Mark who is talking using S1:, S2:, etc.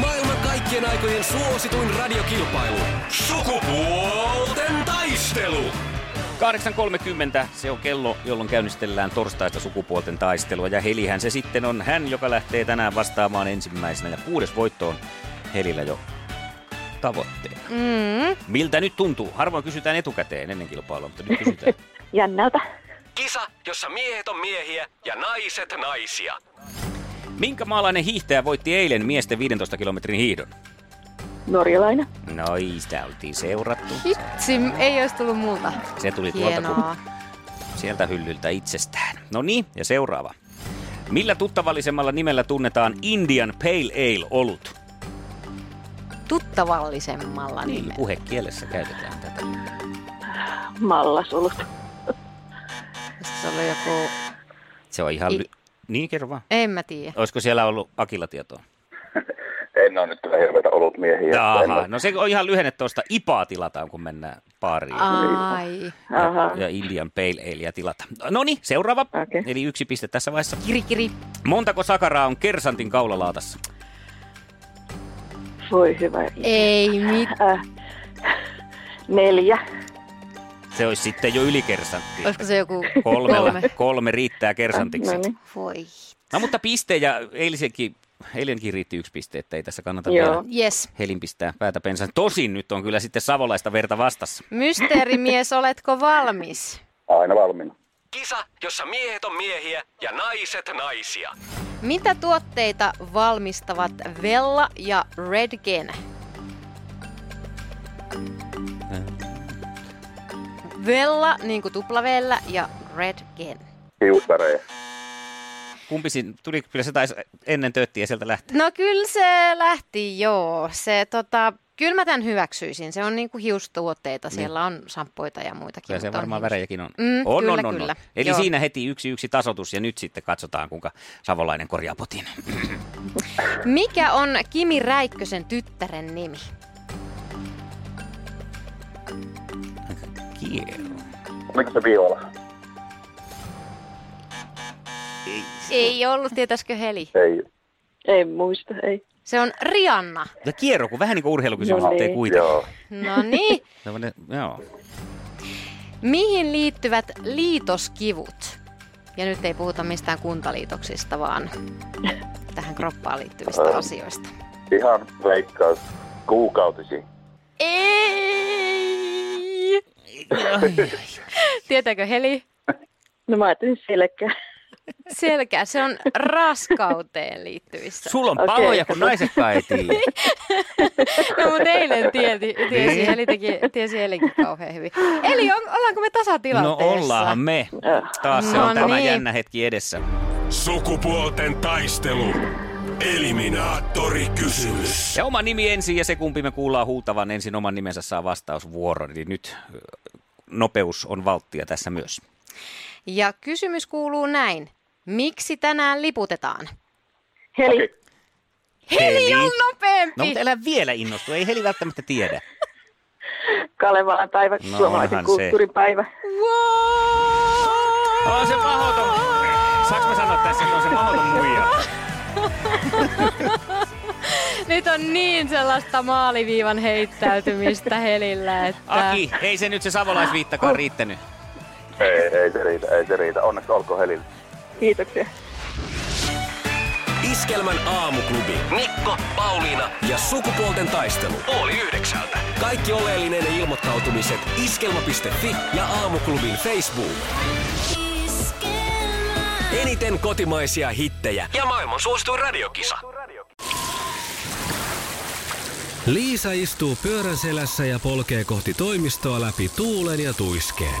S1: Maailman kaikkien aikojen suosituin radiokilpailu. Sukupuolten taistelu.
S2: 8.30 se on kello, jolloin käynnistellään torstaista sukupuolten taistelua. Ja Helihän se sitten on hän, joka lähtee tänään vastaamaan ensimmäisenä. Ja kuudes voitto on Helillä jo tavoitteena.
S3: Mm,
S2: Miltä nyt tuntuu? Harvoin kysytään etukäteen ennen kilpailua, mutta nyt kysytään.
S3: jännältä.
S1: Kisa, jossa miehet on miehiä ja naiset naisia.
S2: Minkä maalainen hiihtäjä voitti eilen miesten 15 kilometrin hiihdon?
S3: Norjalainen.
S2: Noi, sitä oltiin seurattu.
S4: Hitsi, ei olisi tullut muuta.
S2: Se tuli tuolta kun
S4: Hienoa.
S2: sieltä hyllyltä itsestään. No niin, ja seuraava. Millä tuttavallisemmalla nimellä tunnetaan Indian Pale Ale-olut?
S4: Tuttavallisemmalla
S2: Niin,
S4: nimellä.
S2: puhekielessä käytetään tätä.
S3: Mallasolut.
S4: Se oli joku...
S2: Se on ihan...
S4: I-
S2: Ly- niin, kerro vaan.
S4: En mä tiedä.
S2: Olisiko siellä ollut Akilla tietoa?
S5: En ole nyt kyllä hirveätä ollut miehiä.
S2: Aha, no se on ihan lyhenne tuosta. IPAa tilataan, kun mennään baariin.
S4: Ai.
S3: Aha.
S2: Ja Indian Pale Alea tilata. No niin, seuraava.
S3: Okei.
S2: Eli yksi piste tässä vaiheessa.
S4: Kiri, kiri.
S2: Montako sakaraa on kersantin kaulalaatassa?
S3: Voi hyvä.
S4: Ei mitään.
S3: Äh, neljä.
S2: Se olisi sitten jo ylikersantti.
S4: Olisiko se joku
S2: Kolmella,
S4: kolme?
S2: kolme riittää kersantiksi.
S3: No niin.
S4: Voi.
S2: No mutta pistejä, eilisenkin, eilenkin riitti yksi piste, että ei tässä kannata
S3: Joo.
S2: vielä
S4: Yes.
S2: helin pistää päätä pensaan. Tosin nyt on kyllä sitten savolaista verta vastassa.
S4: Mysteerimies, oletko valmis?
S5: Aina valmiina.
S1: Kisa, jossa miehet on miehiä ja naiset naisia.
S4: Mitä tuotteita valmistavat Vella ja Redken?
S2: Äh.
S4: Vella, niin kuin tuplavella, ja Redken.
S5: Hiusvärejä.
S2: Kumpi siinä, tuli kyllä se taisi ennen tööttiä sieltä lähteä.
S4: No kyllä se lähti, joo. Se tota, kyllä mä tämän hyväksyisin. Se on niinku hiustuotteita. Siellä on samppoita ja muitakin.
S2: Niin. Kyllä se
S4: mutta on
S2: varmaan
S4: hius-
S2: värejäkin on.
S4: Mm,
S2: on,
S4: kyllä,
S2: on, on,
S4: kyllä.
S2: on. Eli
S4: Joo.
S2: siinä heti yksi yksi tasotus ja nyt sitten katsotaan, kuinka Savolainen korjaa potin.
S4: Mikä on Kimi Räikkösen tyttären nimi?
S2: Kiero.
S5: Oliko se viola?
S2: Ei.
S4: Ei ollut, tietäskö Heli?
S5: Ei.
S3: En muista, ei.
S4: Se on Rianna.
S2: Ja kiero, kun vähän niin kuin urheilukysymys,
S3: No
S2: no, ei
S3: niin.
S2: kuitenkaan.
S5: Joo.
S4: No niin.
S2: Tällainen- Joo.
S4: Mihin liittyvät liitoskivut? Ja nyt ei puhuta mistään kuntaliitoksista, vaan tähän kroppaan liittyvistä asioista.
S5: Ihan veikkaus. Kuukautisi.
S4: Ei! Tietääkö Heli?
S3: No mä ajattelin selkää.
S4: Selkä, se on raskauteen liittyvissä.
S2: Sulla on
S3: Okei.
S2: paloja, kun naisetkaan ei tiedä.
S4: No mutta eilen tieti,
S2: Niin.
S4: tiesi, Heli teki, tiesi Helikin kauhean hyvin. Eli on, ollaanko me
S2: No
S4: tasatilanteessa?
S2: ollaan me. Taas se
S4: No
S2: on tämä
S4: niin.
S2: jännä hetki edessä.
S1: Sukupuolten taistelu. Eliminaattori kysymys.
S2: Ja oma nimi ensin ja se kumpi me kuullaan huutavan ensin oman nimensä saa vastausvuoro. Eli nyt ö, nopeus on valttia tässä myös.
S4: Ja kysymys kuuluu näin. Miksi tänään liputetaan?
S3: Heli,
S5: Okei.
S4: Heli on nopeampi!
S2: No mutta älä vielä innostu, ei Heli välttämättä tiedä.
S3: Kalevalan päivä,
S2: No
S3: suomalaisen
S2: onhan
S3: kulttuurin päivä.
S2: On se mahdoton. Saanko mä sanoa tässä, että on se mahdoton muija?
S4: Nyt on niin sellaista maaliviivan heittäytymistä Helillä, että...
S2: Aki, ei se nyt se savolaisviittakaan riittänyt.
S5: Ei, ei se riitä, ei se riitä. Onneksi olkoon Helillä.
S3: Kiitoksia.
S1: Iskelmän aamuklubi. Mikko, Pauliina ja sukupuolten taistelu. Oli yhdeksältä. Kaikki oleellinen ilmoittautumiset iskelma.fi ja aamuklubin Facebook. Eniten kotimaisia hittejä ja maailman suosituin radiokisa. Liisa istuu pyörän selässä ja polkee kohti toimistoa läpi tuulen ja tuiskeen.